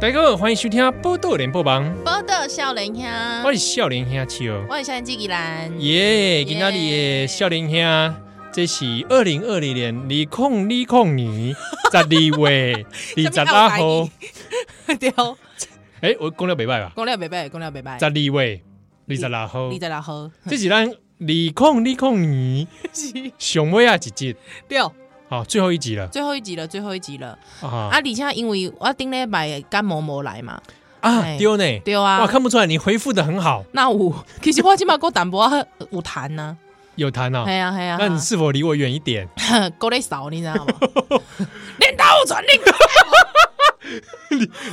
大家好，欢迎收听《波豆联播榜》，报道少年兄我，是少年兄七哦，我是相机吉兰，耶！今仔日的少年兄，这是二零二零年二控二控年十二月二十六 什么号叫。 对，哦诶，我讲了袂歹吧？讲了袂歹，讲了袂歹十，二月二十六号哎二，十六号，这是咱二控二控年是上尾啊一集，对，哦好，最后一集了最后一集了，最后一集了啊！啊而且因为我顶礼拜感冒无来嘛，啊！哎丢呢，对啊哇，，看不出来你回复的很好，那有其实我即码够淡薄仔有痰呐，有谈 啊系。啊系啊那， 你是否离我远一点？够咧扫，你 知道吗？领导传令，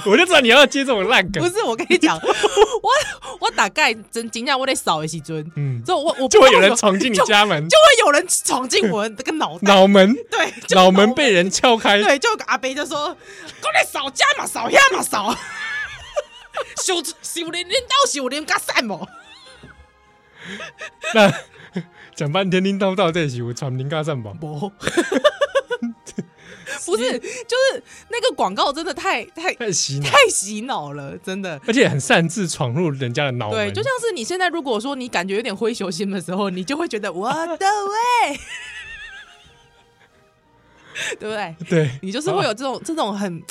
我就知道你要接这种 烂梗不。是我跟你讲，我我大概真真正我咧扫的时阵，嗯，就我我就会有人闯进你家门 就，会有人闯进我的这个脑 袋，脑门对，就脑门被人撬开， 对，就有个阿伯就说：“过来扫家嘛，扫遐嘛，扫。 修修林恁兜修林甲散无？那讲半天拎到到这起，我闯林家战宝，无，不是，就是那个广告真的太太太洗脑，太洗脑了，真的。而且很擅自闯入人家的脑对，门，就像是你现在如果说你感觉有点灰球心的时候，你就会觉得我的喂， 对不对？对，你就是会啊有这种这种很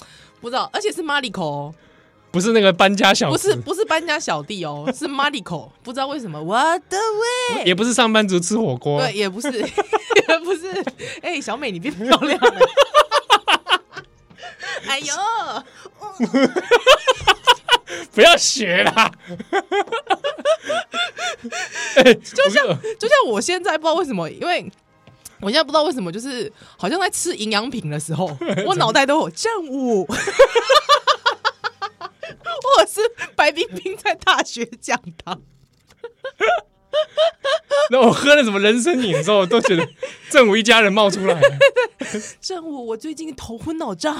不知道，而且是 Mariko 哦。不是那个搬家小不子，是不是搬家小弟哦，是 Mariko，不知道为什么我的喂，也不是上班族吃火锅对，，也不是 也不是，哎、小美你变漂亮了，哎呦，不要学 啦。哎，就像就像我现在不知道为什么，因为。我现在不知道为什么，就是好像在吃营养品的 时候，我脑袋都有正午， 或者是白冰冰在大学讲堂，那我喝了什么人参饮之后，都觉得正午一家人冒出来了， 正午我最近头昏脑胀，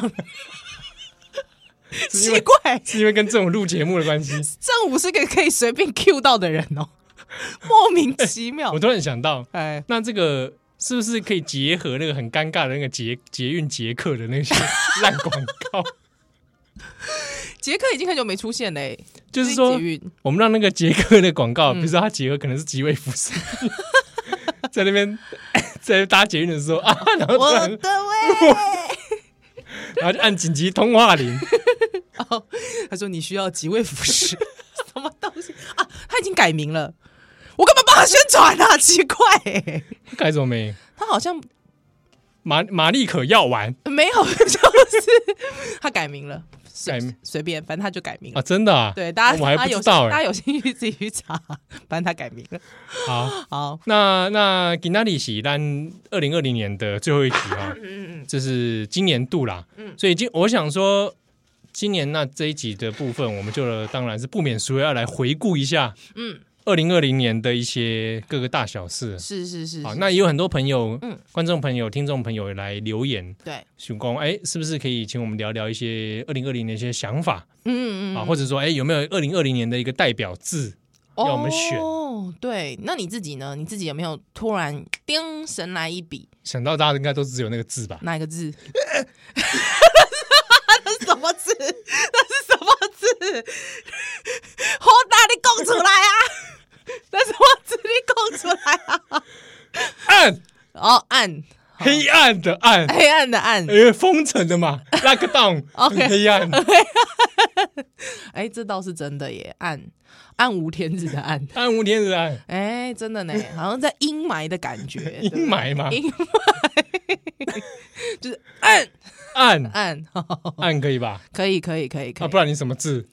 因为奇怪，是因为跟正午录节目的关系。正午是个可以随便 Q 到的人哦， 莫名其妙我。突然想到，哎，那这个是不是可以结合那个很尴尬的那个捷捷运捷克的那 些烂广告？杰克已经很久没出现嘞，就是最近说捷， 运嗯我们让那个捷克的广告，比如说它结合可能是吉位服饰， 在那边 在搭捷运的时候 啊，然后突我然的 喂，然后就按紧急通话 铃，他说你需要几位服饰？ 什么东西啊？他已经改名了，我干嘛帮他宣传 啊？奇怪、改什么没？他好像玛玛丽可药丸没有，就是他改名了，改随名随便，反正他就改名了。啊，真的啊？对，大家我还大家不有知道大哎。家有兴趣自己去查，反正他改名了。好，好，那那吉纳里喜丹二零二零年的最后一集啊、哦。嗯嗯这是今年度啦，所以今我想说，今年那这一集的部分，我们就当然是不免俗要来回顾一下嗯，二零二零年的一些各个大小事。是是是，好，是那也有很多朋友、嗯观众朋友、听众朋友来留言，对，许光，哎，是不是可以请我们聊聊一些二零二零的一些想法、嗯嗯嗯啊，或者说，哎，有没有二零二零年的一个代表字？要我们选哦，对，那你自己呢？你自己有没有突然叮神来一笔？想到大家应该都只有那个字吧？哪一个字？ 那是什么字？那是什么字？好大你讲出来啊！那什么字你讲出来啊？暗，哦，暗黑暗的暗，黑暗的暗，哎，封城的嘛，lockdown， OK 黑暗。哎，这倒是真的耶，暗暗无天日的暗，暗无天日暗，哎，真的呢，好像在阴霾的感觉， 对不对 阴霾嘛，阴霾就是暗暗暗，暗可以吧？ 可以可以可以可啊，以不，然你什么字？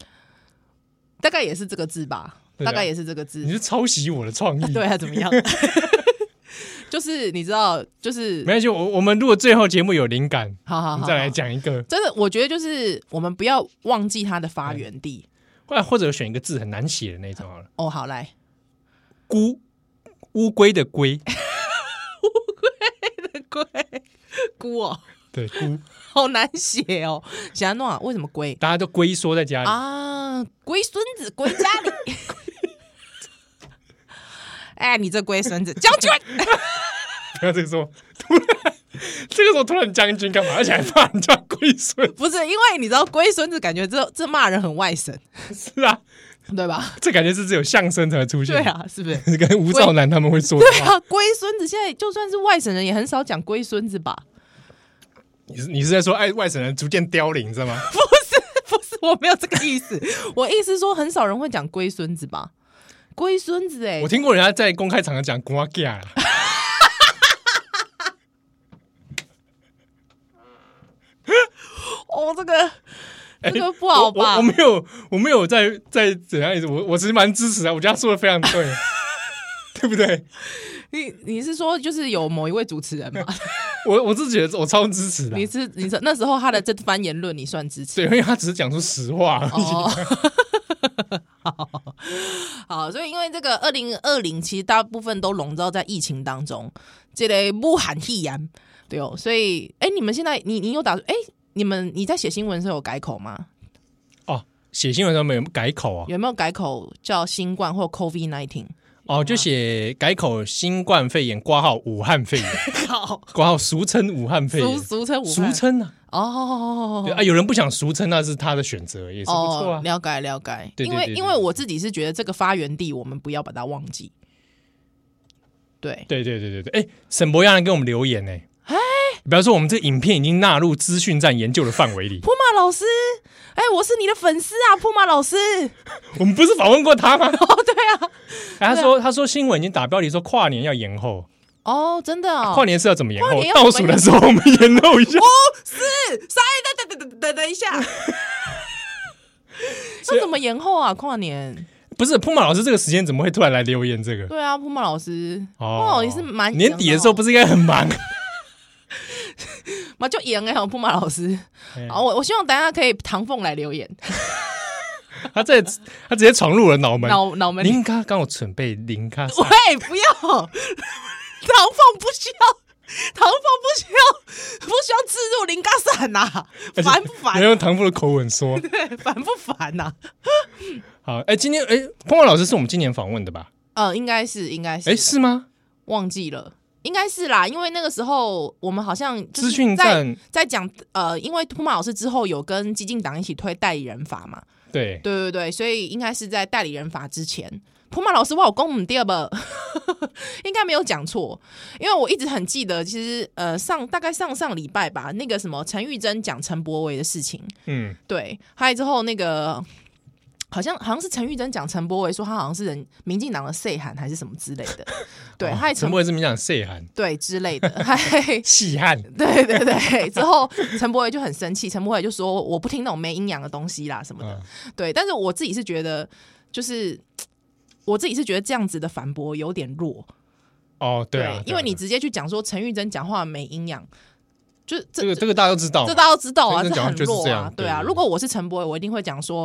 大概也是这个字吧，对啊大概也是这个字你。是抄袭我的创意？对，啊，怎 么样？就是你知道，就是没关系，我我们如果最后节目有灵感，好我好好，们再来好。讲一个，真的，我觉得就是我们不要忘记它的发源地。或者或者选一个字很难写的那种好了，哦，好 来，孤乌龟的龟，龟龟哦，对，孤，好难写哦。想诺啊，为什么龟大家都龟缩在家里， 啊？龟孙子龟家里。哎，你这龟孙子，将军！不要这个说，突这个时候突然将军干嘛？而且还骂人家龟孙，不是因为你知道龟孙子感觉这这骂人很外省，是啊，对吧？这感觉是只有相声才会出现。对，啊，是不是？跟吴兆南他们会说的对话。啊，龟孙子现在就算是外省人也很少讲龟孙子吧？你是你是在说哎外省人逐渐凋零，你知道 吗？不是，不是， 我没有这个意思，我意思说很少人会讲龟孙子吧？龟孙子哎、我听过人家在公开场合讲瓜架啦。哦，这个哎这个不好我吧我我没有，我没有在在怎样意思，我我只是蛮支持啊，我觉得他说的非常对， 对不对？你你是说就是有某一位主 持人吗？啊我我是觉得我超支持的啊、你是你是那时候他的这番言论你算支持？对，因为他只是讲出实话而已。哦， 好好，所以因为这个二零二零，其实大部分都笼罩在疫情当中，这类不喊一言，对哦，所以哎、你们现在你你有打算哎、你们你在写新闻的时候有改口吗？哦，写新闻上面有改口啊？有没有改口叫新冠或 COVID nineteen？哦，就写改口新冠肺炎挂号武汉 肺炎，靠，挂号俗称武汉肺俗炎，俗称武俗汉称啊。哦对啊，有人不想俗称，那是他的选择，也是不错啊。了解了解，对对因为对对因为我自己是觉得这个发源地我们不要把它忘记，对，对对对对对，哎，沈博亚人给我们留言呢、哎比方说我们这个影片已经纳入资讯站研究的范围 里，普马老师，哎、我是你的粉丝啊，普马老师，我们不是访问过他吗？哦，对啊，哎他说他说新闻已经打标题说跨年要延后，哦，真的哦，跨年是要怎么延跨后年？要怎么倒数的时候我们延后一下，是，稍等等等等等等一下，要怎么延后啊？跨年？不是铺马老师这个时间怎么会突然来留言这个？对啊，普马老师，哦哦，也是蛮年底的时候不是应该很 忙？嘛就延哎，普马老师，哎好，我我希望大家可以唐凤来留言，他这他直接闯入了脑门。脑脑门里林卡刚好准备林卡上， 喂，不要，唐凤不需要，唐凤不需要，不需要置入零嘎散呐、而且烦不你烦？要用唐父的口吻说。 对，烦不烦啊呐、好，哎，今天哎，碰马老师是我们今年访问的吧？呃，应该是，应该是，哎，是吗？忘记了。应该是啦，因为那个时候我们好像就是资讯在站在讲呃，因为涂马老师之后有跟激进党一起推代理人法嘛，对，对对对，所以应该是在代理人法之前，普马老师我有公母第二本， 应该没有讲错，因为我一直很记得，其实呃上大概上上礼拜吧，那个什么陈玉珍讲陈柏维的事情，嗯，对，还有之后那个。好像好像是陈玉珍讲陈柏维说他好像是人民进党的 say 喊还是什么之类的，对，哦还有陈陈博也是名讲细汉，对之类的， 还细汉， 对对对，之后陈柏伟就很生气，陈柏伟就说我不听那种没营养的东西啦什么的。嗯对，但是我自己是觉得，就是我自己是觉得这样子的反驳有点弱，哦，对啊，对啊因为你对啊直接去讲说陈玉珍讲话没营养，就是这这个这个大家都知道这嘛，大家都知道啊，陈玉珍这哦哎讲话很就是弱这啊样，对啊。对对如果我是陈柏伟，我一定会讲说，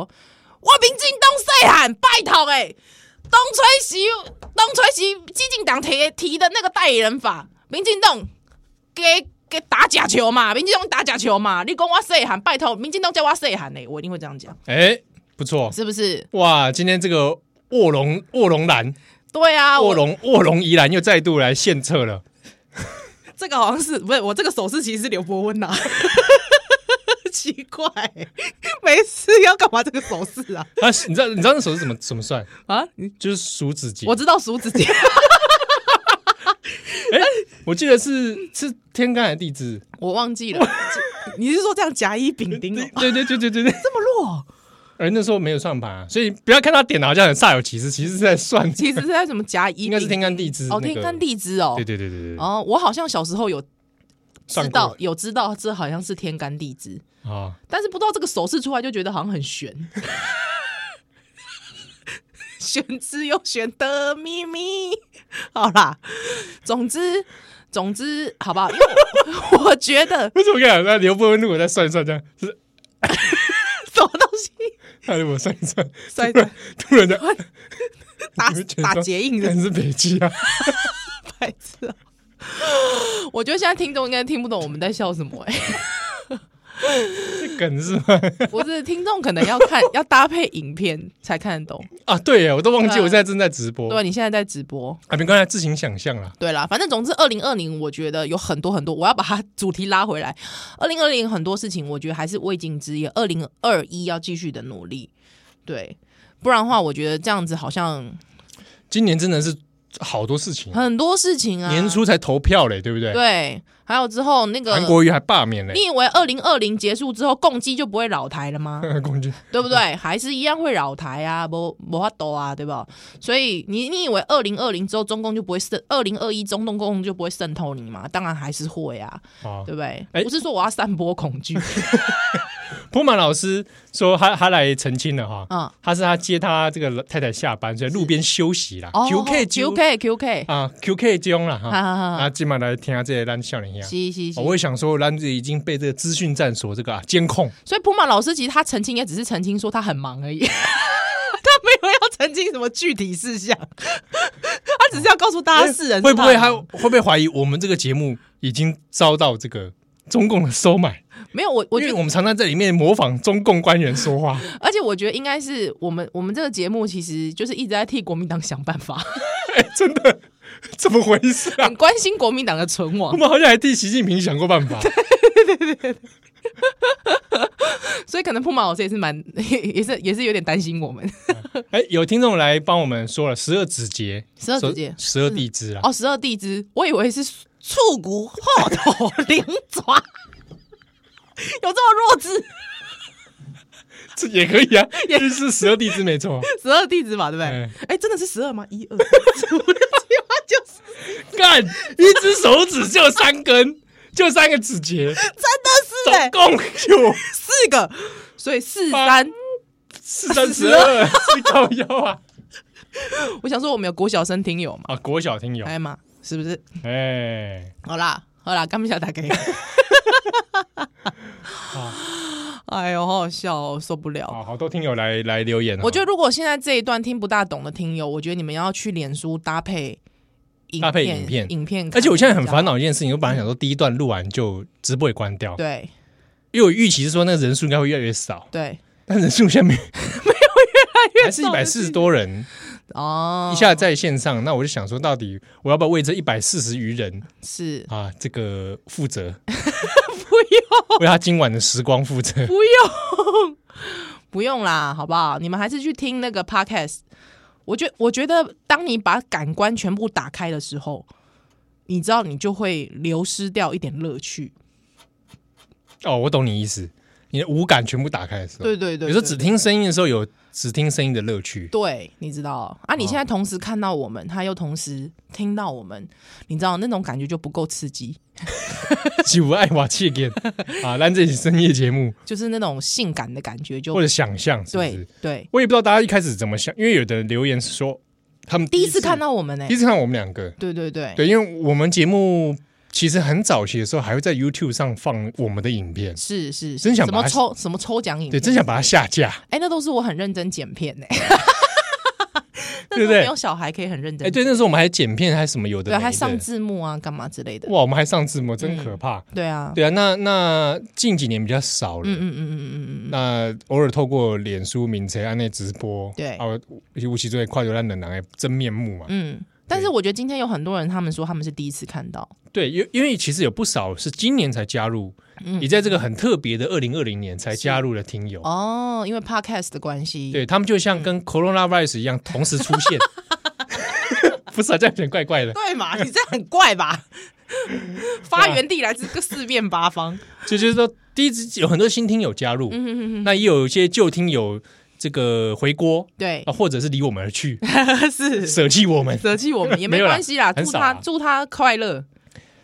我民进党谁喊拜托哎、东吹西东吹西，激进党提提的那个代理人法，民进党给给打假球嘛，民进党打假球嘛，你讲我谁喊拜托，民进党叫我谁喊呢？欸我一定会这样讲，哎，不错，是不是？哇，今天这个卧龙卧龙兰对啊，卧我龙卧龙宜兰又再度来献策了。这个好像是不是我这个手势其实是刘伯温呐、啊 奇怪、没事要干嘛这个手势啊？啊，你知道你知道那手是怎么怎么算？啊，你就是数指节。我知道数指节，我记得是是天干还是地支？我忘记了。 你是说这样甲乙丙丁 哦？对对对对对对。这么弱？而那时候没有算盘，啊所以不要看他点的好像很煞有其事，其实是在算，其实是在什么甲乙应该是天丙？干地支、那哦，个天干。地支哦对。对对对对。哦，我好像小时候有知算道过有知道这好像是天干地支，啊，但是不知道这个手势出来就觉得好像很玄。 玄之又玄的秘密，好啦，总之总之，好不好？因为我 我觉得为什么讲那刘伯温如果再算一算这样，是什么东西他如果算一算，摔突然突然的，打你会觉得打结印的真是北极啊！白 欸痴啊！我觉得现在听众应该听不懂我们在笑什么哎、这梗是吗 不是听众可能要 看，要搭配影片才看得懂。啊，对耶，我都忘记对啊我现在正在直播对，你现在在直播。啊，别刚才自行想象啦。对啦，反正总之，二零二零我觉得有很多很多，我要把它主题拉回来。二零二零很多事情，我觉得还是未尽之业。二零二一要继续的努力，对，不然的话，我觉得这样子好像今年真的是好多事情啊，很多事情啊。年初才投票嘞，对不对？对，还有之后那个韩国瑜还罢免嘞，你以为二零二零结束之后，共机就不会老台了吗？公军对不对？还是一样会扰台啊，不不法斗啊，对吧？所以你你以为二零二零之后中共就不会渗，二零二一中东共就不会渗透你吗？当然还是会啊，啊，对不对？哎不是说我要散播 恐惧普满老师说他他来澄清了哈，啊。他是他接他这个太太下班，所以路边休息啦哦，QK Q K Q K，啊，QK 中啦哈哈，哈哈，啊，今晚来听下这些咱笑脸呀。是是是哦。我也想说，咱已经被这个资讯站所这个啊监控，所以普马老师其实他澄清也只是澄清说他很忙而已，他没有要澄清什么具体事项，他只是要告诉大家是人哎会不会是他很忙会不会怀疑我们这个节目已经遭到这个中共的收买？没有我我因觉为得我们常常在里面模仿中共官员说 话，而且我觉得应该是我们我们这个节目其实就是一直在替国民党想办法，真的怎么回事啊 很？关心国民党的存我亡，们好像还替习近平想过 办法，所以可能铺马老师也是蛮 也是也是有点担心我们哎，有听众来帮我们说了十二指节，十二指节十二地支啦。啊哦，十二地支，我以为是触骨、后头、灵爪， 有这么弱智？这也可以 啊，也是十二地支没错。十二地支嘛，对不对？哎哎、真的是十二吗？一 二三四五六七八九十，干，一只手指就三根，就三个指节，真的是哎、总共有四个，所以四八三。四三十二，是高腰 啊我想说，我们有国小生听友嘛？啊！国小听友，哎嘛，是不是？哎，好啦，好啦，干不下 打给。哎呦，好好笑哦，受不了！好好多听友来来留言哦，我觉得如果现在这一段听不大懂的听友，我觉得你们要去脸书搭配影片搭配影片影片看而且我现在很比较烦恼一件事情，我本来想说第一段录完就直播也关掉好。，对因为我预期是说那个人数应该会越来越少，对但人数下 面没有越来越还是一少百的四是十多人哦，一下在线上，那我就想说，到底我要不要为这一百四十余人是啊这个负责， 不用为他今晚的时光负责？不用不用啦，好不好？你们还是去听那个 podcast。我觉我觉得，当你把感官全部打开的时候，你知道你就会流失掉一点乐趣。哦，我懂你意思，你的五感全部打开的时候，对对对，有时候对只听声音的时候有只听声音的乐趣， 对，你知道啊？你现在同时看到我们，他又同时听到我们，你知道那种感觉就不够刺激，几无爱瓦切给 啊，咱这起深夜节目就是那种性感的感觉就或者想象，是不对是？对。我也不知道大家一开始怎么想，因为有的留言是说他们第一一次看，到我们呢、第一次看到我们两个，对对对，对，因为我们节目其实很早期的时候还会在 YouTube 上放我们的影片，是是，是真想什把么它抽什么抽奖影对，片，真想把它下架。哎、那都是我很认真剪片呢、欸 那对时不候对没有小孩可以很认哎、真，对，那时候我们还剪片，还什么有的对，没的，还上字幕啊，干嘛之类的，哇，我们还上字幕，真可怕。对啊，对啊，那那近几年比较少了。嗯嗯嗯嗯嗯嗯嗯，那偶尔透过脸书、名车安内直播，对啊，尤其最快流浪人狼的真面目嘛，嗯。但是我觉得今天有很多人，他们说他们是第一次看到，对，因因为其实有不少是今年才加入，嗯也在这个很特别的二零二零年才加入的听友，哦，因为 podcast 的关系，对他们就像跟 coronavirus 一样同时出 现，不是啊，这样有点怪怪的，对嘛？ 你这很怪吧？ 发源地来自个四面八方，就就是说第一次有很多新听友加入，嗯，那也有一些旧听友这个回锅对，啊，或者是离我们而去， 是舍弃我们，舍弃我们也没没有啦关系啦，很祝少啊他啦祝他快乐，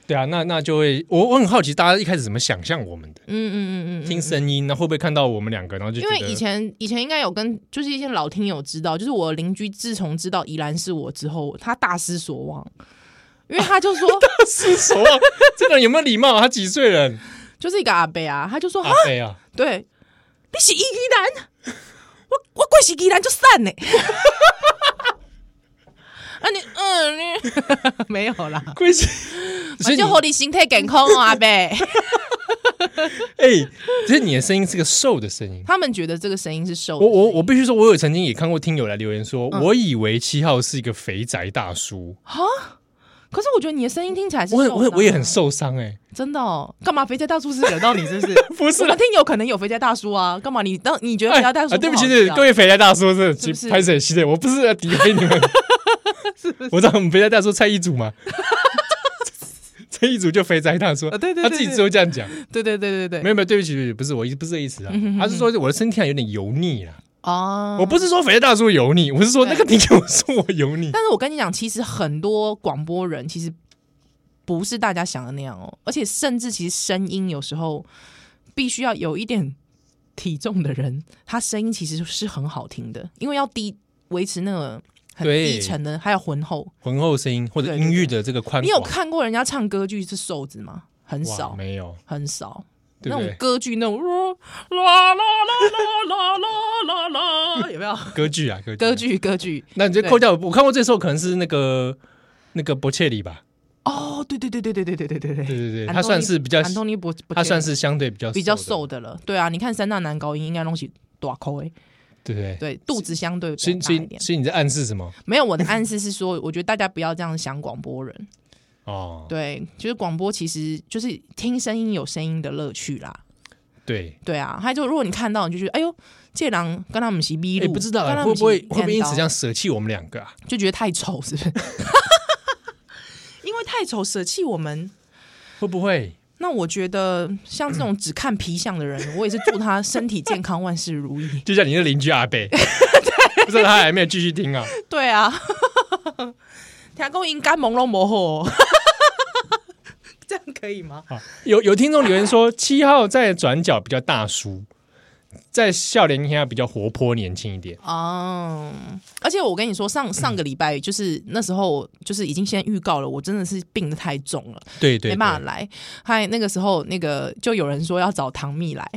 对啊，那那就会我我很好奇大家一开始怎么想象我们的。嗯嗯嗯嗯嗯。听声音，那会不会看到我们两个，然后就觉因得为以前以前应该有跟就是一些老听友知道，就是我邻居自从知道宜兰是我之后，他大失所望，因为他 就说是熟 啊？这个人有没有礼貌啊？他几岁人？就是一个阿伯啊，他就说阿哈，飞啊，对，你是宜兰，我我过是宜兰就散呢。啊你 嗯你没有啦，贵是，所以啊你就互你身体健康哦，阿伯。哎、其实你的声音是个瘦的声 音。 他们觉得这个声音是瘦的我声音。我我必须说，我有曾经也看过听友来留言说，嗯我以为七号是一个肥宅大叔，可是我觉得你的声音听起来是我很我瘦很的啊我也很，受伤哎、真的哦。干嘛肥宅大叔是 惹到你是不是？不是我啦们，听友可能有肥宅大叔啊，干嘛你当你觉得肥宅大叔不好啊，对不起，吃对啊各位肥宅大叔，真是不是的拍水系列，我不是要诋毁你们，我知道我们肥宅大叔蔡一组 嘛，蔡一组就肥宅大叔啊，对对对他自己只有这样讲，对嗯对对对没对，有没有，对不起，对不起，不是我意不是这意思啊，他是说我的身体上有点油腻啦，哦我不是说肥宅大叔油腻，我是说对那个听友说我油腻，但是我跟你讲，其实很多广播人其实不是大家想的那样哦，而且甚至其实声音有时候必须要有一点体重的人，他声音其实是很好听的，因为要低维持那个很对低沉的，还有 浑厚。浑厚声音或者对对音域的这个宽你有广看过人家唱歌剧是瘦子吗？很哇少，没有，很少。对那不种对？歌剧那种啦啦啦啦啦啦啦 啦，有没有？歌剧啊，歌歌，剧歌剧那你就对扣掉，我看过最瘦可能是那个那个伯切里吧，哦，对对对对对对对对对对对对，安他东算尼是比较安东尼不，他算是是相对比较比较的瘦的了。对啊，你看三大男高音应该东西短口诶，对不对？对，肚子相对所比以较所大一以点。所以你在暗示什么？没有，我的暗示是说，我觉得大家不要这样想广播人。哦，对，就是广播其实就是听声音有声音的乐趣啦。对，对啊，还有就如果你看到你就觉得，哎呦，这狼跟他们是咪哎，路，不知道跟啊他会们是不会会不会练因刀此这样舍弃我们两个啊？就觉得太丑，是不是？ 因为太丑舍弃我们。会不 会？那我觉得像这种只看皮相的人，我也是祝他身体健康，万事如意。就像你的邻居阿贝，不知道他还没有继续听啊？ 对啊，听讲应该朦胧模糊，哦 这样可以吗？啊有有听众留言说，七号在转角比较大叔，在笑脸天下比较活泼年轻一点。哦、而且我跟你说，上上个礼拜就是那时候，就是已经先预告了，我真的是病得太重了，对对，对没办法来。嗨，那个时候那个就有人说要找唐蜜来，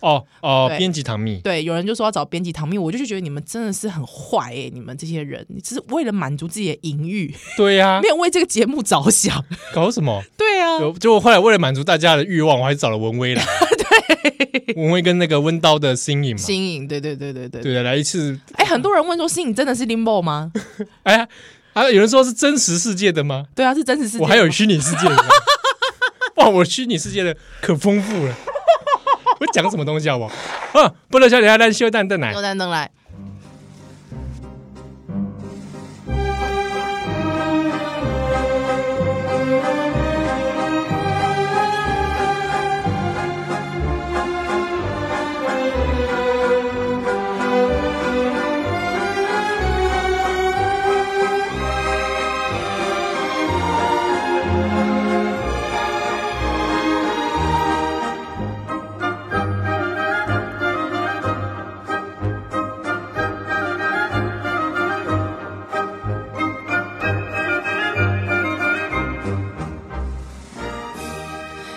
哦哦，对编辑唐蜜，对，有人就说要找编辑唐蜜，我就觉得你们真的是很坏哎、你们这些人，你只是为了满足自己的淫欲，对呀没，有为这个节目着想。搞什么？对啊，有，就我后来为了满足大家的欲望，我还是找了文威来。 对，文威跟那个温刀的新颖嘛，新颖，对对对对对。对，啊来一次。哎、很多人问说新颖真的是 Limbo 吗？哎呀，啊，有人说是真实世界的吗？对啊，是真实世界。我还有虚拟世界 的吗。哇，我虚拟世界的可丰富了。我讲什么东西好不好？啊，不能笑脸下蛋秀蛋蛋奶牛。蛋登来，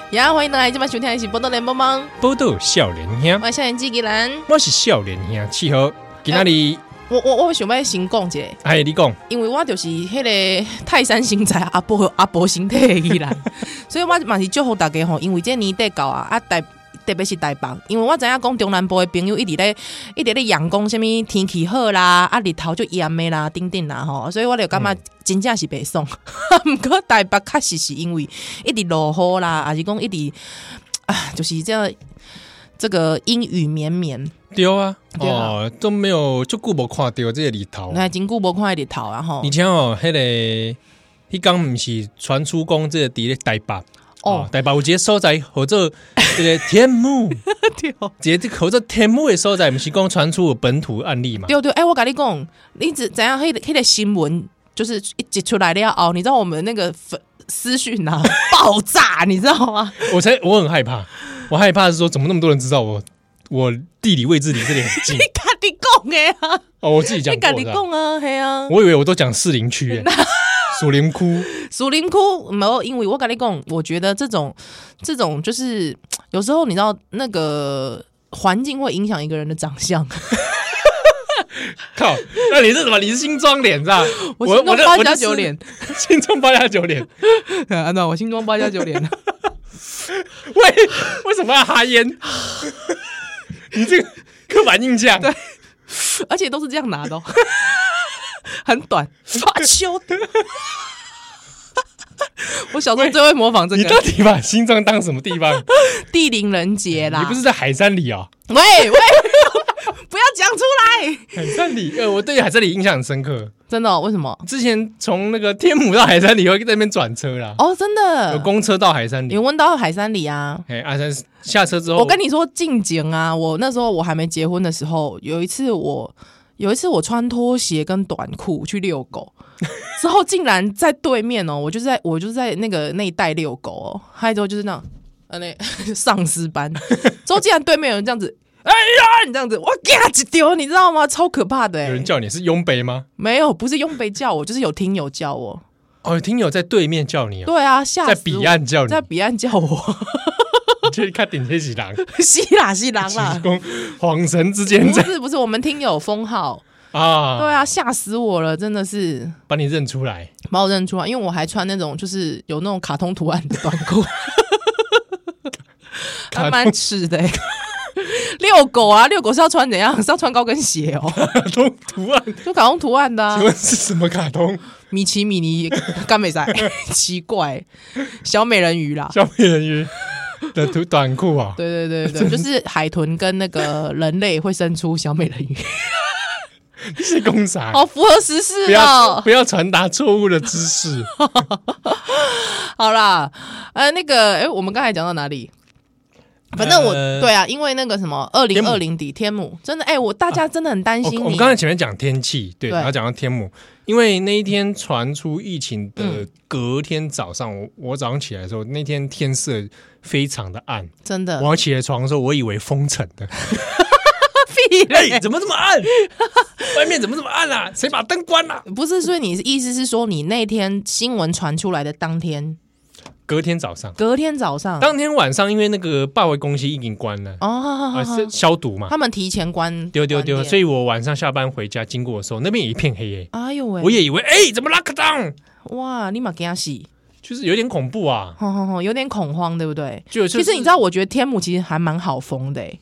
也欢迎登来这边收听的是《波多联帮帮》，波豆笑脸兄，我是演技吉兰。我是笑脸兄，契合。今仔日，我我我想要先讲一下，哎，你讲，因为我就是迄个泰山星仔阿伯阿伯星体的吉兰， 所以我嘛是祝福大家吼，因为这年底到啊啊台。特别是台北，因为我知影讲中南部的朋友一直咧一直咧阳讲什物天气好啦，啊日头就炎的啦，等等啦吼，所以我就感觉真正是袂爽。 毋过台北确实是因为一直落雨啦，还是讲一直啊，就是这样这个阴雨绵绵，对啊，对啊哦，都没有，就顾无看到这个里头。那哦真久无看到日头啊吼以。前哦，迄、个，迄刚毋是传出讲这个伫咧台北，哦哦，台北有一个所在，或者这个天幕， 对哦一个或者天幕的所在，毋是讲传出有本土案例嘛？对对，哎、我跟你讲，你只怎样？迄个迄个新闻就是一挤出来了哦，你知道我们那个粉私讯啊爆炸，你知道吗？ 我才我很害怕，我害怕是说怎么那么多人知道我我地理位置离这里很 近跟你讲的啊，哦，我自己讲你过跟你的啊，讲啊，嘿啊，我以为我都讲士林区 耶，树林窟树林区没有，因为我跟你讲，我觉得这种这种就是有时候你知道那个环境会影响一个人的长相。 靠，那你是什么？你是新庄脸是吧？我心中的八我的 加是 九脸，新庄八加九脸，啊，那我心中八加九脸。为为什么要哈烟？ 你这个刻板印象，对，而且都是这样拿的、哦， 很短，发丘。 我小时候最会模仿这你到个底把心脏当什么地 方？地灵人杰啦。你不是在海山里啊、喂喂， 不要讲出来，海山里，呃，我对海山里印象很深刻。真的、哦？为什么？之前从那个天母到海山里，会在那边转车啦，哦，真有的。公车到海山你里。问到海山里啊？哎，阿山下车之后，哦我跟你说，近景啊，我那时候我还没结婚的时候，有一次我有一次我穿拖鞋跟短裤去遛 狗，之后竟然在对面哦，我就在我就在那个那一带遛狗哦，还有之后就是那种呃那 丧 尸般，之后竟然对面有人这样子。哎呀，你这样子，我给他一丢，你知道吗？超可怕的、欸！有人叫你是拥北吗？没有，不是用被叫我，就是有听友叫我。哦，有听友在对面叫你哦，对啊，吓在死我彼，岸叫你在，彼岸叫我， 就是看顶天喜郎，西啦西啦啦 喜，公恍神之间不 在是不是，我们听友封号，对啊，啊，吓死我了，真的是把你认出来。 把我认出来，因为我还穿那种就是有那种卡通图案的短裤， 卡还通蛮耻的欸、遛狗啊，遛狗是要穿怎样？是要穿高跟鞋哦，卡通图案，就卡通图案的、啊请，问是什么卡通？米奇、米妮、干美仔， 奇怪，小美人鱼啦，小美人鱼的图短裤 啊，对 对对对，就是海豚跟那个人类会生出小美人 鱼，是公啥？好符合时事不要哦。不要传达错误的知识。好啦，呃，那个，哎、我们刚才讲到哪里？反正我、呃对啊，因为那个什么，二天零母二零底天母真的，哎、我大家真的很担我心你。哦我们刚才前面讲天气，对，对然后讲到天母，因为那一天传出疫情嗯的隔天早上，我我早上起来的时候，那天天色非常的暗，真的 我起来床的时候，我以为封城的，屁嘞，哎，怎么这么暗？ 外面怎么这么暗啊？谁把灯关了？不是，所以你意思是说，你那天新闻传出来的当天，隔天早上，隔天早上，当天晚上，因为那个霸维公司已经关了，哦好好啊，好好是消毒嘛，他们提前关，丢丢丢，关店所以我晚上下班回家经过的时候，那边也一片黑诶、哎呦喂，我也以为哎、怎么 lock down，哇，立马给他洗，就是有点恐怖啊，吼吼吼，有点恐慌，对不对？就其就是实你知道，我觉得天母其实还蛮好封的、欸，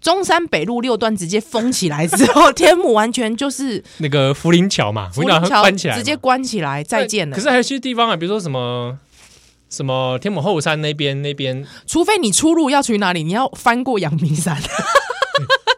中山北路六段直接封起来之 后，天母完全就是那个福林桥嘛，福福林桥林桥关起来嘛，直接关起来，再见了可。是还有些地方啊，比如说什么什么天母后山那边那边，除非你出入要去哪里，你要翻过阳 明山，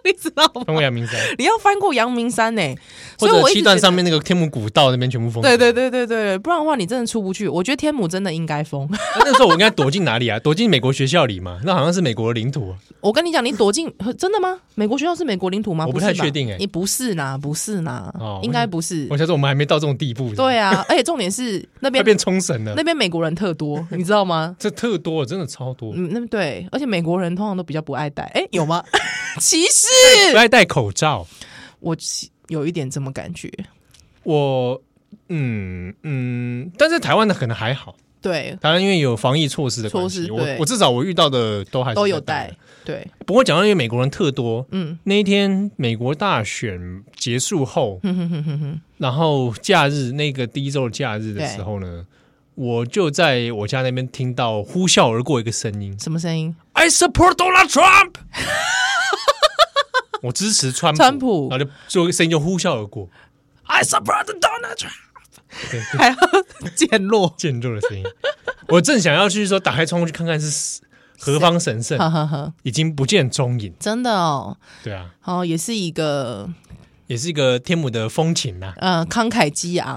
你知道吗？翻过阳明山，你要翻过阳明山呢、欸，或哦所以者我一七直段觉上得。面那个天母古道那边全部封。对对对对对，不然的话你真的出不去。我觉得天母真的应该封。那那时候我应该躲进哪里啊？躲进美国学校里嘛？那好像是美国的领土啊。 我跟你讲，你躲进 真的吗？美国学校是美国领土吗？我不不是太吧确定欸你不是啦，不是啦，哦应该不是我。想说我们还没到这种地步，嗯对，啊，而且重点是那快边变冲绳了那。边美国人特 多，你知道吗？这特多，真的超多，嗯，那对，而且美国人通常都比较不爱戴，哎、有 吗？歧视，不爱戴口罩。我其有一点这么感觉。我嗯嗯，但是台湾的可能还好，对，台湾因为有防疫措施的关系措施我对我至少我遇到的都还是都有在戴。。对，不过讲到因为美国人特多，嗯，那一天美国大选结束 后，哼哼哼哼哼，然后假日那个第一周的假日的时候呢，我就在我家那边听到呼啸而过一个声音什么声音？ ：“I support Donald Trump 。”我支持川普，川普然后就就个声音就呼啸而过：“I support Donald Trump。” 还要渐落，健弱的声音。 我正想要去说打开窗户去看看是何方神 圣，哈哈哈，已经不见踪影。真的哦，对啊，哦，也是一个也是一个天母的风情啊呐、呃慷慨激昂，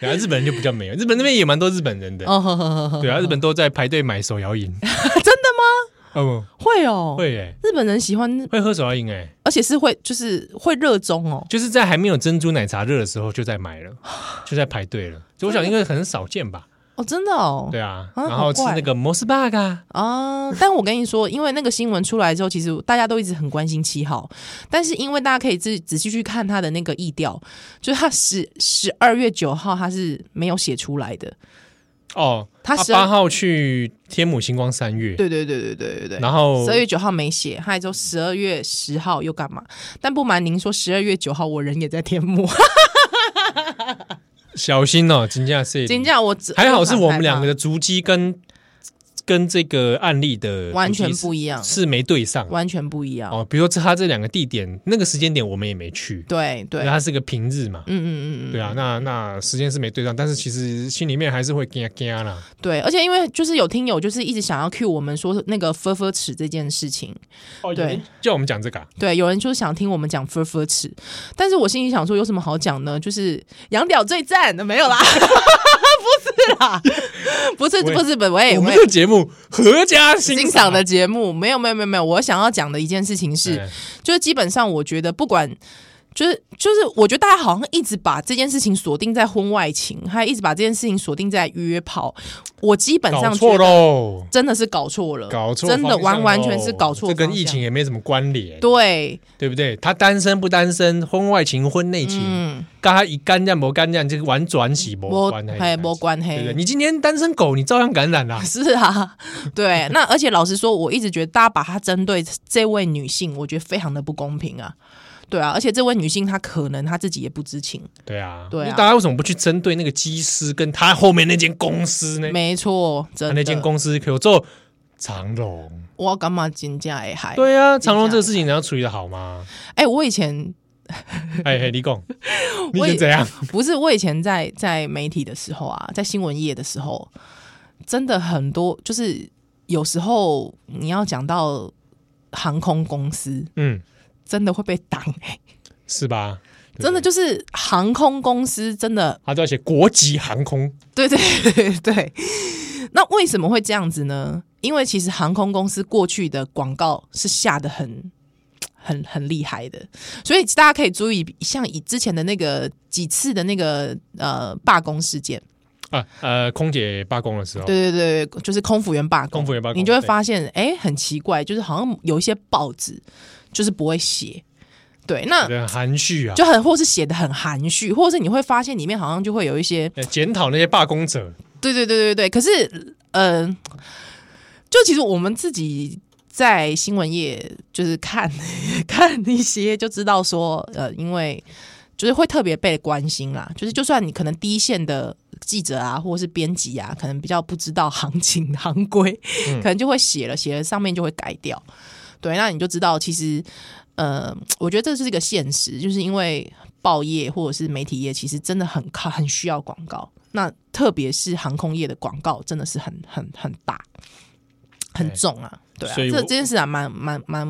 然啊后日本人就比较没有，日本那边也蛮多日本人的。哦呵呵呵呵，对啊，日本都在排队买手摇饮。 真的哦，会哦，会哎、日本人喜欢，会喝手摇饮哎，而且是会就是会热衷哦，就是在还没有珍珠奶茶热的时候就在买 了，就在排队了。就我想应该很少见吧。哦，真的哦，对啊，啊然后吃好怪那个摩斯巴嘎，啊、但我跟你说，因为那个新闻出来之后，其实大家都一直很关心七号，但是因为大家可以仔仔细去看他的那个意调，就是他十十二月九号他是没有写出来的，哦，他十二八号去天母星光三月，对对对对对对对。然后十二月九号没写，还之后十二月十号又干嘛？但不瞒您说，十二月九号我人也在天幕。小心哦，金价是金价我只还好是我们两个的的足迹跟跟这个案例的完全主题是不一样是没对上完全不一样。哦。比如说他这两个地点，那个时间点我们也没去，对对因为，它是个平日嘛，嗯嗯嗯嗯，对啊，那那时间是没对上，但是其实心里面还是会惊啊惊啦。对，而且因为就是有听友就是一直想要 cue 我们说那个 f u r f u r 尺这件事情，哦，对有人叫我们讲这个啊，对，有人就是想听我们讲 f u r f u r 尺，但是我心里想说有什么好讲呢？就是养屌最赞，没有啦，不是啦，不是不是本位，我们喂这个节目合家欣哎欣赏的节目没有没有没有没有，我想要讲的一件事情是，哎就是基本上我觉得不管。就是就是，我觉得大家好像一直把这件事情锁定在婚外情，还一直把这件事情锁定在约炮。我基本搞上错觉得喽，真的是搞错了，搞错方真向咯，的完完全是搞错这方向。跟疫情也没什么关联，对，对不对？他单身不单身，婚外情、婚内情，嗯，跟他一干这不干这，这个玩转洗我不关系嘿，没关对不对？系。你今天单身狗，你照样感染啦。是啊，对，那而且老实说，我一直觉得大家把她针对这位女性，我觉得非常的不公平啊，对啊，而且这位女性她可能她自己也不知情，对啊，对啊那大家为什么不去针对那个机师跟他后面那间公司呢？没错，真他的。那间公司可有做长隆？我干嘛真正会害？对啊，长隆这个事情你要处理的好吗？哎、我以前哎嘿，李 工，你我也是怎样？不是我以前在在媒体的时候啊，在新闻业的时候，真的很多，就是有时候你要讲到航空公司，嗯，真的会被挡、哎，是吧？对真的，就是航空公司真的，他都要写国籍航空，对对对 对。那为什么会这样子呢？因为其实航空公司过去的广告是下的很。很很厉害的，所以大家可以注意，像以之前的那个几次的那个呃罢工事件，啊呃，空姐罢工的时候，对对对，就是空服员罢工，空服员罢工你就会对发现，哎，很奇怪，就是好像有一些报纸就是不会写，对，那很含蓄啊，就很或是写的很含蓄，或者是你会发现里面好像就会有一些，呃检讨那些罢工者。对对对对对，可是，嗯、就其实我们自己。在新闻业，就是看 看一些就知道说，呃，因为就是会特别被关心啦。就是就算你可能第一线的记者啊，或者是编辑啊，可能比较不知道行情行规，嗯可能就会写了，写了上面就会改掉。对，那你就知道其实，呃，我觉得这是一个现实，就是因为报业或者是媒体业，其实真的很靠很需要广告。那特别是航空业的广告，真的是很很很大。很对重啊，对啊，所以这我这件事啊，蛮蛮蛮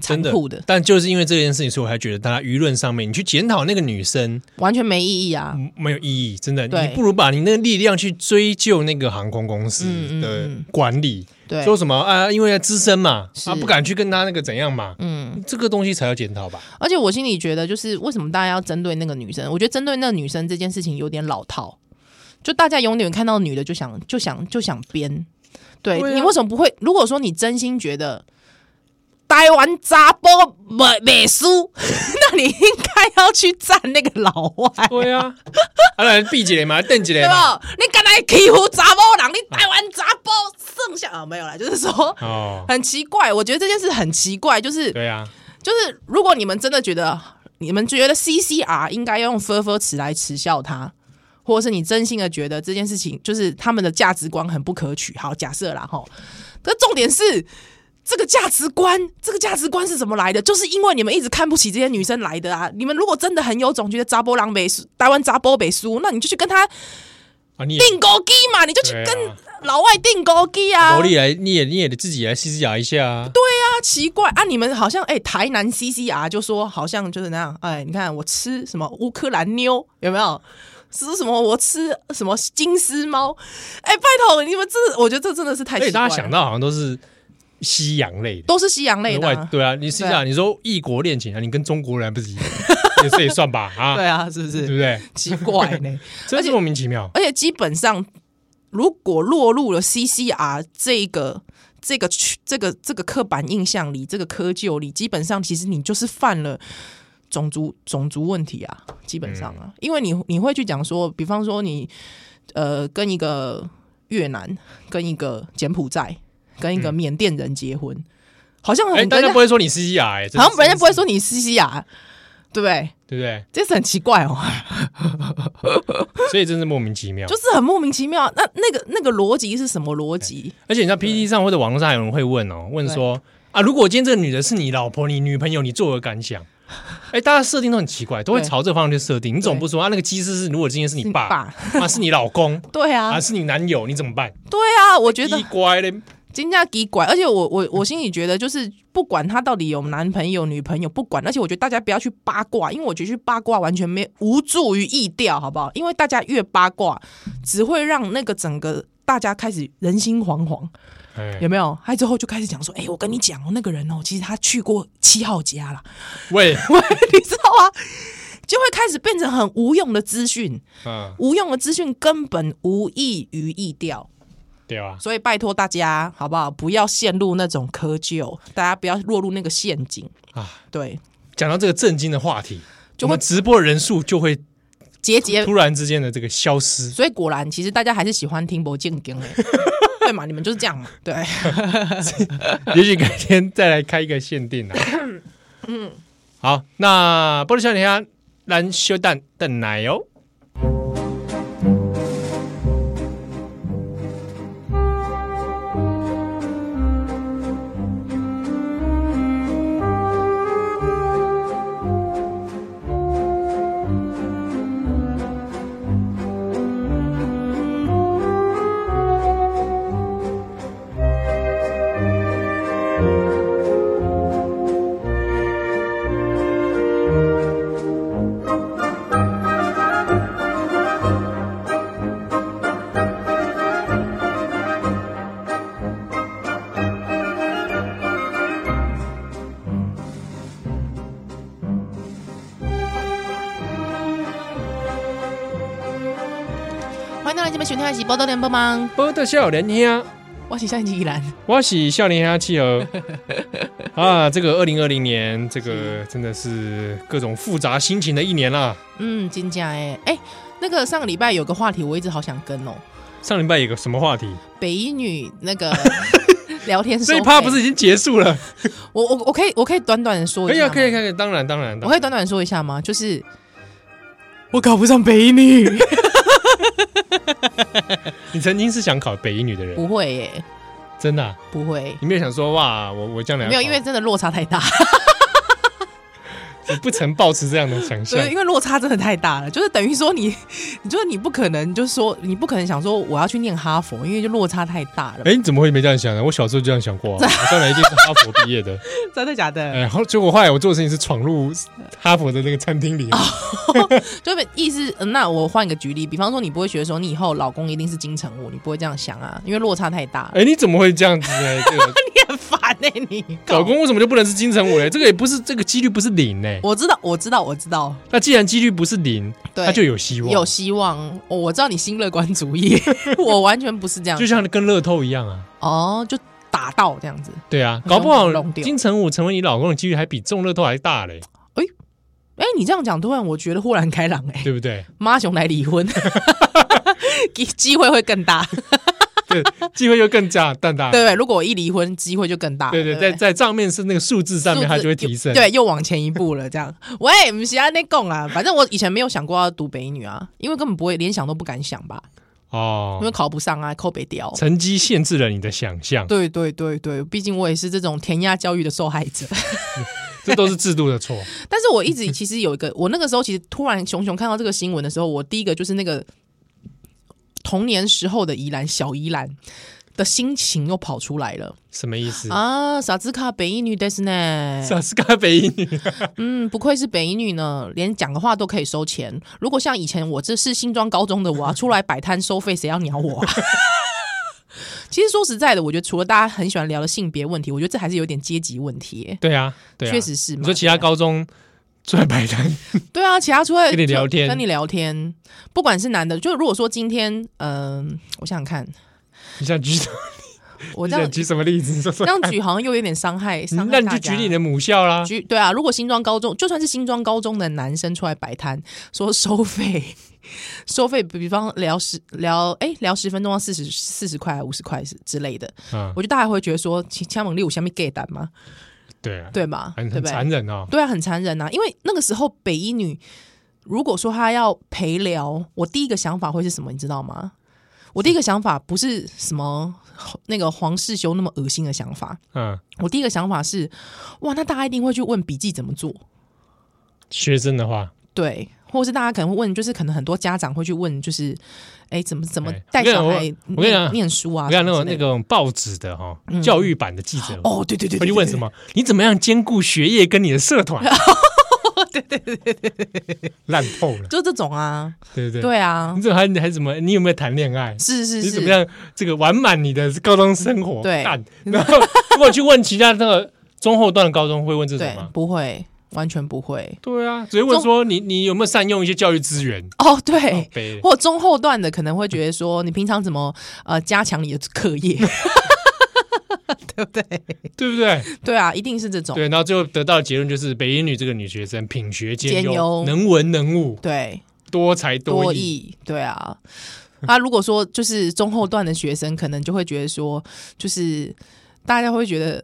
残真的酷的，但就是因为这件事情，所以我还觉得大家舆论上面，你去检讨那个女生完全没意义啊。嗯没有意义，真的，对你不如把你那个力量去追究那个航空公嗯嗯司的嗯管理，对，说什么啊，因为资深嘛，是啊不敢去跟他那个怎样嘛，嗯，这个东西才要检讨吧。而且我心里觉得，就是为什么大家要针对那个女生？我觉得针对那个女生这件事情有点老套，就大家永远看到女的就想就想就想编。对对啊你为什么不会？如果说你真心觉得台湾查波美美输， 那你应该要去站那个老外，对啊， 啊来闭起来嘛，瞪起对来嘛。吧？你敢来欺负查某人？你台湾查波剩下啊没有啦，就是说哦，很奇怪。我觉得这件事很奇怪，就是对啊，就是如果你们真的觉得，你们觉得 CCR 应该要用 “fur 词来耻笑他，或者是你真心的觉得这件事情就是他们的价值观很不可取。好，假设啦哈，可重点是这个价值观，这个价值观是怎么来的？就是因为你们一直看不起这些女生来的啊！你们如果真的很有种，觉得扎波狼北输，台湾扎波北输，那你就去跟他啊你也订勾机嘛，你就去对跟啊，老外订勾机啊！毛利来，你也你也得自己来细细咬一下啊。对，奇怪啊！你们好像哎、台南 CCR 就说好像就是那样，哎，你看我吃什么乌克兰妞有没有？吃什么？我吃什么金丝猫？哎、拜托你们这，我觉得这真的是太所奇以怪大了。家想到好像都是西洋类的，都是西洋类的外啊、对啊，你是对啊讲你说异国恋情啊，你跟中国人还不 是一样，也这也算吧啊，对啊，是不对 是不对？奇怪呢？真是莫名其妙。而且基本上，如果落入了 CCR 这个这个区这个这个刻板印象里，这个窠臼里，基本上其实你就是犯了种族种族问题啊，基本上啊，因为你你会去讲说，比方说你呃跟一个越南、跟一个柬埔寨、跟一个缅甸人结婚，好像哎，很大哦人家家不会说你西洋，哎，好像人家不会会说你 CCR。对不对？对不对？这是很奇怪哦，所以真是莫名其妙。就是很莫名其妙。那那个那个逻辑是什么逻辑？而且你知道 P D 上或者网络上有人会问哦，问说啊，如果今天这个女的是你老婆、你女朋友，你作何感 想？哎，大家设定都很奇怪，都会对朝这方向去设定。你总对不说啊，那个机制是如果今天是你你爸爸啊，是你老公 对 啊啊，，是你男友，你怎么办？对啊，我觉得一乖嘞，金价给拐，而且我我我心里觉得，就是不管他到底有男朋友女朋友，不管，而且我觉得大家不要去八卦，因为我觉得去八卦完全没无助于意调，好不好？因为大家越八卦，只会让那个整个大家开始人心惶惶，哎有没有？还之后就开始讲说，哎、我跟你讲哦，那个人哦，其实他去过七号家啦， 喂，你知道吗？就会开始变成很无用的资讯，嗯，无用的资讯根本无益于意调。对啊吧？所以拜托大家，好不好？不要陷入那种窠臼，大家不要落入那个陷阱啊啊！对，讲到这个震惊的话题，我就会们直播的人数就会节节，突然之间的这个消失。所以果然，其实大家还是喜欢听博建根的，对嘛？你们就是这样嘛？对， 也许改天再来开一个限定啊。嗯， 好，那波多小姐啊，蓝修蛋哦邓奶油，欢迎大家这边收听的是《波多连帮忙》，波多小姐啊，我是向依兰，我是笑脸虾企鹅啊！这个二零二零年，这个真的是各种复杂心情的一年啊啦。嗯，金价哎哎，那个上个礼拜有个话题，我一直好想跟哦，上礼拜有个什么话题？北一女那 个聊天收费，这一趴不是已经结束了？我我我可哎以我可以短短的说可以一下啊，吗可以，可以，可以当然，当然，当我可然以短短说一下吗？就是我考不上北一女，你曾经是想考北一女的人，不会耶、真的啊、不会，你没有想说哇，我我将来要没有，考因为真的落差太 大，你不曾抱持这样的想象对，。因为落差真的太大了，就是等于说你，你就是你不可能，就是说你不可能想说我要去念哈佛，因为就落差太大了， 哎、你怎么会没这样想呢？我小时候就这样想过、 啊，我将来一定是哈佛毕业的。真的假的？哎、后结果后来我做的事情是闯入哈佛的那个餐厅哦里，就是意思、嗯那我换一个举例，比方说你不会觉得说你以后老公一定是金城武，你不会这样想啊，因为落差太大 了。哎、你怎么会这样子 呢？这个你很烦哎、你老，公为什么就不能是金城武嘞？这个也不是，这个几率不是零呢。我知道，我知道，我知道，那既然几率不是零，哦对，那就有希望。有希望、哦我知道你新乐观主义， 我完全不是这样就像跟乐透一样啊。哦，就打到这样子。对啊，搞不好弄弄掉金城武成为你老公的几率还比中乐透还大 嘞，哎、你这样讲，突然我觉得豁然开朗哎、对不对？妈熊来离 婚，机机会会更大，对，机会又更加更大。对不对？如果我一离婚，机会就更大了，对对，对在不在账面是那个数字上面，它就会提升。对，又往前一步了，这样。喂，不是安内供啦，反正我以前没有想过要读北一女啊，因为根本不会，连想都不敢想吧，因为哦，考不上啊，扣北雕。成绩限制了你的想象，对对对对，毕竟我也是这种填鸭教育的受害者。 这都是制度的错。但是我 一直其实有一个，我那个时候其实突然熊熊看到这个新闻的时候，我第一个就是那个童年时候的宜兰小宜兰的心情又跑出来了什么意思？啊啊！傻子卡北一女的是呢，萨斯卡北一女，嗯，不愧是北一女呢，连讲个话都可以收钱。如果像以前我这是新庄高中的我、啊，出来摆摊收费，谁要鸟我、 啊？其实说实在的，我觉得除了大家很喜欢聊的性别问题，我觉得这还是有点阶级问题耶、 对啊，对啊，确实是嘛。你说其他高中赚白单， 对啊，其他出来跟你聊天跟你聊天，不管是男的，就如果说今天，嗯、我想想看，你想举什么？我 你这样想举什么例子？你说这说样看。举好像又有点伤害，伤害那你大就家举你的母校啦。举对啊，如果新庄高中，就算是新庄高中的男生出来摆摊，说收费， 收费，比方聊十聊，哎、聊十分钟要四十四十块、五十块是之类的，啊，我觉得大家会觉得说，其枪猛力有下面 gay 单吗？对啊，对吧？很对很不对残忍哦。对啊，很残忍呐、啊。因为那个时候北一女，如果说她要陪聊，我第一个想法会是什么？你知道吗？我第一个想法不是什么那个黄世修那么恶心的想法，嗯，我第一个想法是，哇，那大家一定会去问笔记怎么做，学生的话，对，或是大家可能会问，就是可能很多家长会去问，就是哎，怎么怎么哎带我跟你小讲孩我我跟你讲念念书啊？我看那种什么那之类的嗯种报纸的哈，教育版的记者，哦，对对对，会去问什么？么？你怎么样兼顾学业跟你的社 团？对对对对对，烂透了，就这种啊，对不对？对啊你，怎么还还怎么？你有没有谈恋爱？是是你是，怎么样？这个完满你的高中生活？对干然后如果去问其他那个中后段的高中，会问这种对吗，？不会，完全不会。对啊，只会问说你你有没有善用一些教育资源？哦，对，对，或中后段的可能会觉得说，你平常怎么呃加强你的课业？ 对不对？对啊，一定是这种。对，然后最后得到的结论就是北英女这个女学生品学兼兼优，优能文能武，对，多才多多艺。义，对啊。 他、如果说就是中后段的学生，可能就会觉得说，就是大家会觉得，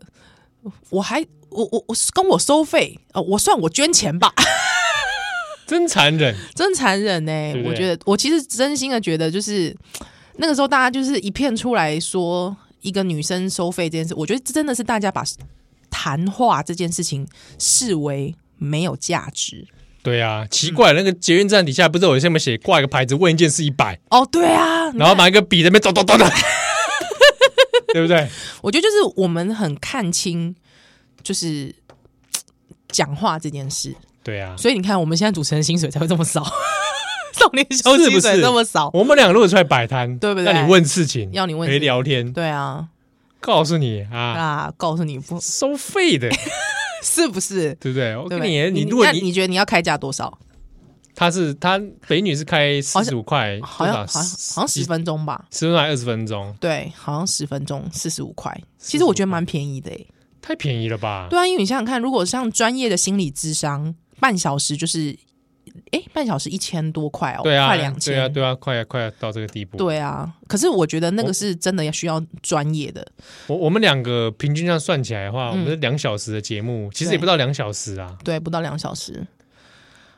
我还我我我跟我收费，呃，我算我捐钱吧， 真残忍，真残忍呢、对不对我觉得，我其实真心的觉得，就是那个时候大家就是一片出来说一个女生收费这件事，我觉得真的是大家把谈话这件事情视为没有价值。对啊，奇怪，那个捷运站底下不是有下面写挂一个牌子，问一件事一百，哦，对啊，然后拿一个笔在那边咚咚咚的，对不对？我觉得就是我们很看清，就是讲话这件事。对啊，所以你看，我们现在主持人薪水才会这么少， 少年休是不薪是水这么少。我们两个如果出来摆摊，对不对让你问事情，要你问事没聊天，对啊，告诉你啊，啊，告诉你不收费 的，是不是？对不对？我对跟不你对，讲，你如果那你你觉得你要开价多少？他是他北女是开四好十像五块，好像好像好像十分钟吧，十分钟还二十分钟，对，好像十分钟四十五块，其实我觉得蛮便宜的诶。太便宜了吧？对啊，因为你想想看，如果像专业的心理智商，半小时就是，哎，半小时一千多块哦，对啊，快两千，对啊，对啊，快快要到这个地步。对啊，可是我觉得那哦个是真的要需要专业的，我我们两个平均这样算起来的话，嗯我们是两小时的节目，其实也对不到两小时啊。对，不到两小时，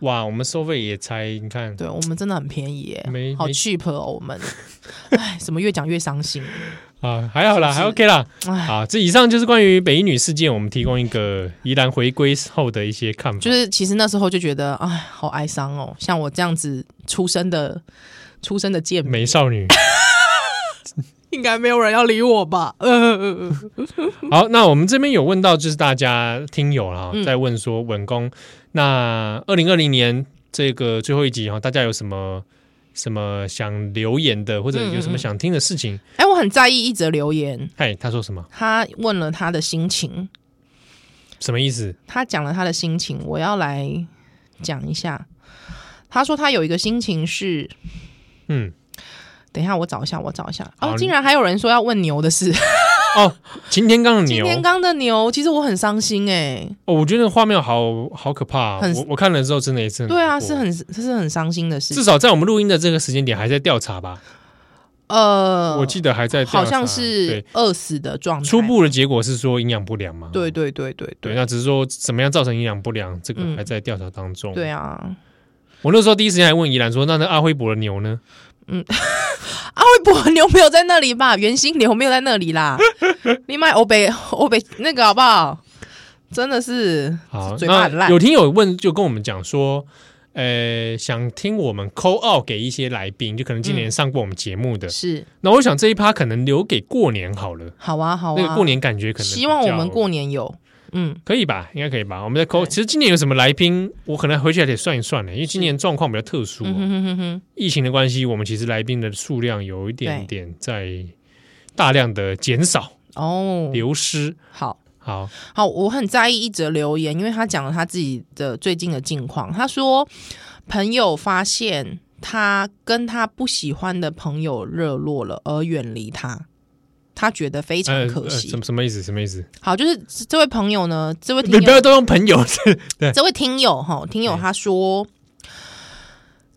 哇，我们收费也才你看，对我们真的很便宜耶没，好没 cheap 哦，我们， 哎，怎么越讲越伤心，啊，还好啦，还 OK 啦。哎，啊，这以上就是关于北一女事件，我们提供一个宜兰回归后的一些看法。就是其实那时候就觉得，哎，好哀伤哦，像我这样子出生的出生的贱民，美少 女。应该没有人要理我吧？ 呃呃，呃呃好，那我们这边有问到，就是大家听友啦，嗯在问说稳工，那二零二零年这个最后一集哈，大家有什么什么想留言的，或者有什么想听的事情？哎，我很在意一则留言，嗨，他说什么？他问了他的心情，什么意思？他讲了他的心情，我要来讲一下。他说他有一个心情是，嗯，等一下我找一下，我找一下。好哦，你竟然还有人说要问牛的事，哦，擎天刚的今 牛，天刚的牛，其实我很伤心哎、哦，我觉得画面好好可怕、啊。很我我看了之后，真的也是很对啊，难过是很这是很伤心的事至。少在我们录音的这个时间点还在调查吧？呃，我记得还在调查，好像是对饿死的状态。初步的结果是说营养不良嘛？对对对对对，对那只是说怎么样造成营养不良，这个嗯还在调查当中。对啊，我那时候第一时间还问宜兰说，那那阿辉伯的牛呢？阿威伯牛没有在那里吧？原心牛没有在那里啦。 你买欧北欧北那个好不好？真的是好，嘴巴很那烂有听友问就跟我们讲说。呃，想听我们 call out 给一些来宾，就可能今年嗯上过我们节目的。是那我想这一趴可能留给过年好了，好啊好啊。那个过年感觉可能希望比我较们过年有嗯可以吧？应该可以吧？我们在扣，对其实今年有什么来宾，我可能回去还得算一算呢，因为今年状况比较特殊、哦嗯哼哼哼哼，疫情的关系，我们其实来宾的数量有一点点在大量的减少、哦流失。好。好，好，我很在意一则留言，因为他讲了他自己的最近的近况。他说，朋友发现他跟他不喜欢的朋友热络了，而远离他，他觉得非常可呃惜。哎什么什么意思？什么意思？好，就是这这位朋友呢，这位不听不要友，都用朋友，对这位听友哈，听友嗯他说，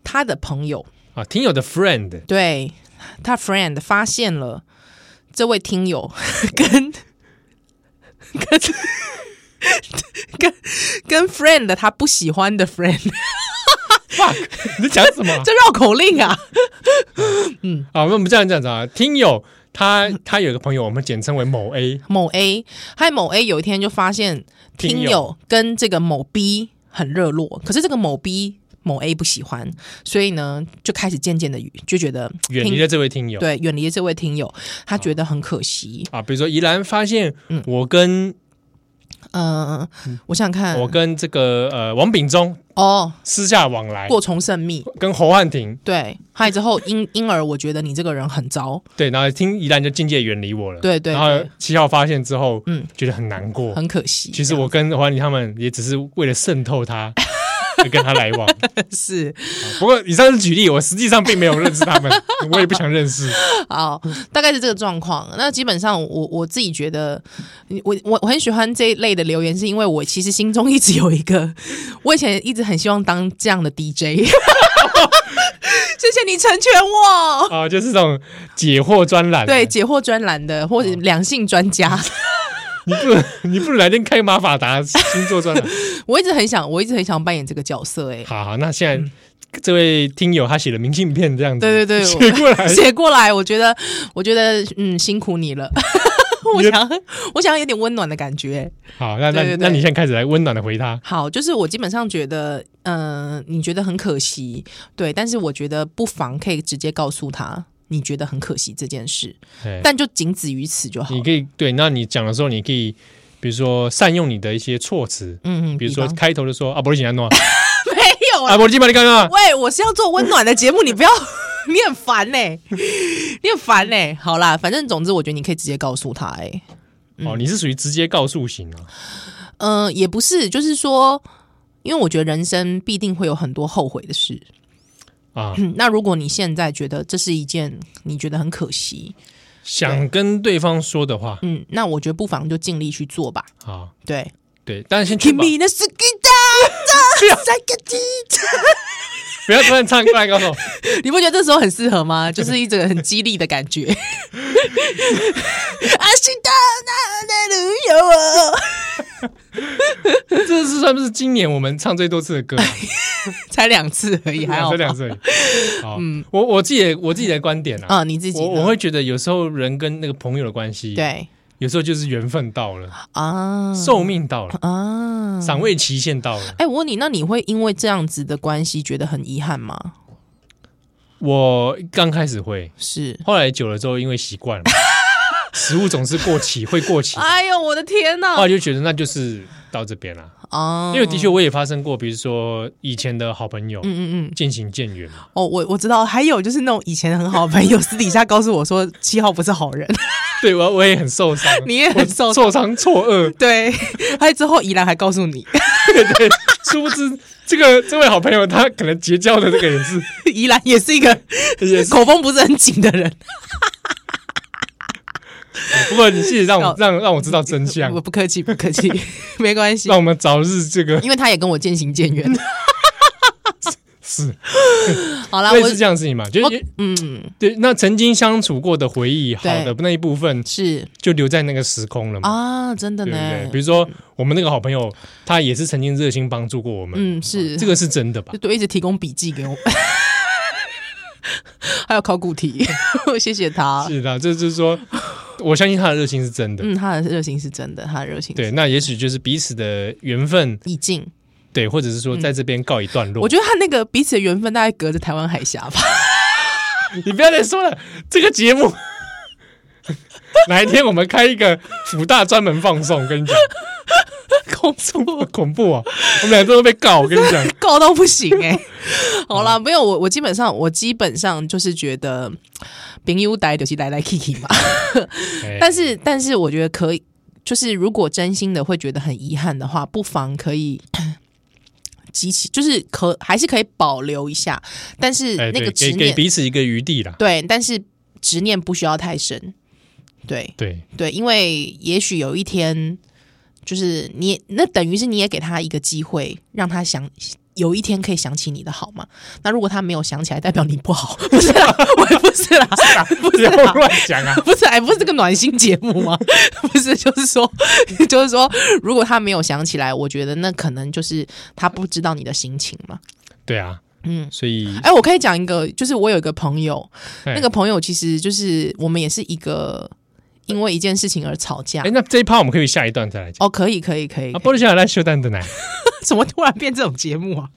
他的朋友啊，听友的 friend 对他 friend 发现了 这位听友跟跟跟 friend 的他不喜欢的 friend， fuck，你 在讲什 么？这绕口令啊。好，那我们这样这样子啊，听友他他有一个朋友，我们简称为某 A，某 A 还某 A 有一天就发现听听友友跟这个某 B 很热络，可是这个某 B 某 A 不喜欢，所以呢就开始渐渐的就觉得远离听了这位听友。对远离了这位听友，他觉得很可惜。啊，比如说宜兰发现嗯我跟、嗯、我想想看，我跟这个呃王炳忠哦私下往来，过从甚密，跟侯汉廷对，还有之后因因而我觉得你这个人很糟，对，然后听宜兰就境界远离我了。对对然后对，七号发现之后，嗯嗯，觉得很难过。很可惜。其实我跟侯汉廷他们也只是为了渗透他。 而跟他来往， 是不过以上是举例，我实际上并没有认识他们， 我也不想认识。好，大概是这个状况。那基本上我，我自己觉得，我我我很喜欢这一类的留言，是因为我其实心中一直有一个， 我以前一直很希望当这样的 DJ。谢谢你成全我。啊、就是这种解惑专栏。对，解惑专栏的或者哦两性专家，你不如你不如来点开马法达星座 专栏。我一直很想，我一直很想扮演这个角色、欸。好好，那现在、这位听友他写了明信片这样子，对对对嗯写我过来哎，， 写过来，我觉得，我觉得，嗯，辛苦你了。 我你的想， 我想要有点温暖的感觉、好，那那对对那对你现在开始来温暖的回他。好，就是我基本上觉得，嗯、你觉得很可惜，对，但是我觉得不妨可以直接告诉他，你觉得很可惜这件事，哎但就仅止于此就好你。可以对，那你讲的时候，你可以比如说善用你的一些措辞，嗯嗯，比如说方开头就说啊，伯利简单 诺，啊，没有啊，伯利把你干嘛？喂，我是要做温暖的节目，你不要， 你很烦呢、你很烦呢、好啦，反正总之，我觉得你可以直接告诉他、哎，哦，你是属于直接告诉型啊，嗯、也不是，就是说。因为我觉得人生必定会有很多后悔的事。 啊，嗯那如果你现在觉得这是一件你觉得很可惜，想跟对方说的话嗯，那我觉得不妨就尽力去做吧。啊，对对，但是先确保，Kimi 的 s k i 三个 D，不要突然唱过来告诉我， 你不觉得这时候很适合吗？ 就是一种很激励的感 觉。阿西达那那旅游哦，这是算不是今年我们唱最多次的歌啊？ 才两次而 已，还好这吧嗯两次而已。好，我我自己的我自己的观点啊，啊、你自己我呢我会觉得有时候人跟那个朋友的关系，，对有时候就是缘分到了，啊寿命到了，啊，赏味期限到了。哎、我问你，那你会因为这样子的关系觉得很遗憾吗？我刚开始会，是。后来久了之后，因为习惯了，食物总是过期，会过期，哎呦，我的天后呐！来就觉得那就是到这边了。啊哦因为的确我也发生过，比如说以前的好朋友嗯嗯嗯，渐行渐远嘛，哦，我我知道，还有就是那种以前很好的朋友，私底下告诉我说七号不是好 人，对我我也很受伤， 你也很受我受伤错愕，对， 还之后宜兰还告诉你， 对对，殊不知这个这位好朋友他可能结交的这个人 是宜兰也是一个也是，口风不是很紧的人，不过你自己让我哦让让我知道真相我，不客气，不 客气，没关系让，我们早日这个因为他也跟我渐行渐远。 是 好啦，类我似这样的事情嘛，就我是嗯对那曾经相处过的回忆，好的那一部分是就留在那个时空了嘛。啊，真的对不对？比呢，如说，我们那个好朋友，他也是曾经热心帮助过我们，嗯是这个是真的吧 就？对，一直提供笔记给我。 还有考古题， 我谢谢他。是的，这就是说，我相信他的热心是真的。嗯，他的热情是真的，他的热情对，嗯那也许就是彼此的缘分，已经，对，或者是说在这边告一段落。嗯我觉得他那个彼此的缘分大概隔着台湾海峡吧。 你不要再说了，这个节目 哪一天我们开一个福大专门放送，我跟你 讲，工作 恐怖啊！我们两个都被告，我跟你 讲，高到不行 哎、好啦，没有我，我基本上我基本上就是觉得嗯朋友呆就是来来 Kiki 嘛，哎但是但是我觉得可以，就是如果真心的会觉得很遗憾的话，不妨可以。 极其就是可还是可以保留一下，但是哎，那对个执给念、给彼此一个余地啦。对，但是执念不需要太深，对 对，对，因为也许有一天就是你那等于是你也给他一个机会，让他想有一天可以想起你的好嘛。那如果他没有想起来，代表你不好，不是啦，我也不是啦，不是要啦乱讲啊！不是，哎，不是这个暖心节目吗？不是，就是说，就是说，如果他没有想起来，我觉得那可能就是他不知道你的心情嘛。对啊，嗯，所以哎、我可以讲一个，就是我有一个朋友，哎那个朋友其实就是我们也是一个因为一件事情而吵架。哎，那这一趴我们可以下一段再来讲。啊 哦，可以，可以，可以。啊，玻璃下来来修蛋的奶，怎么突然变这种节目啊？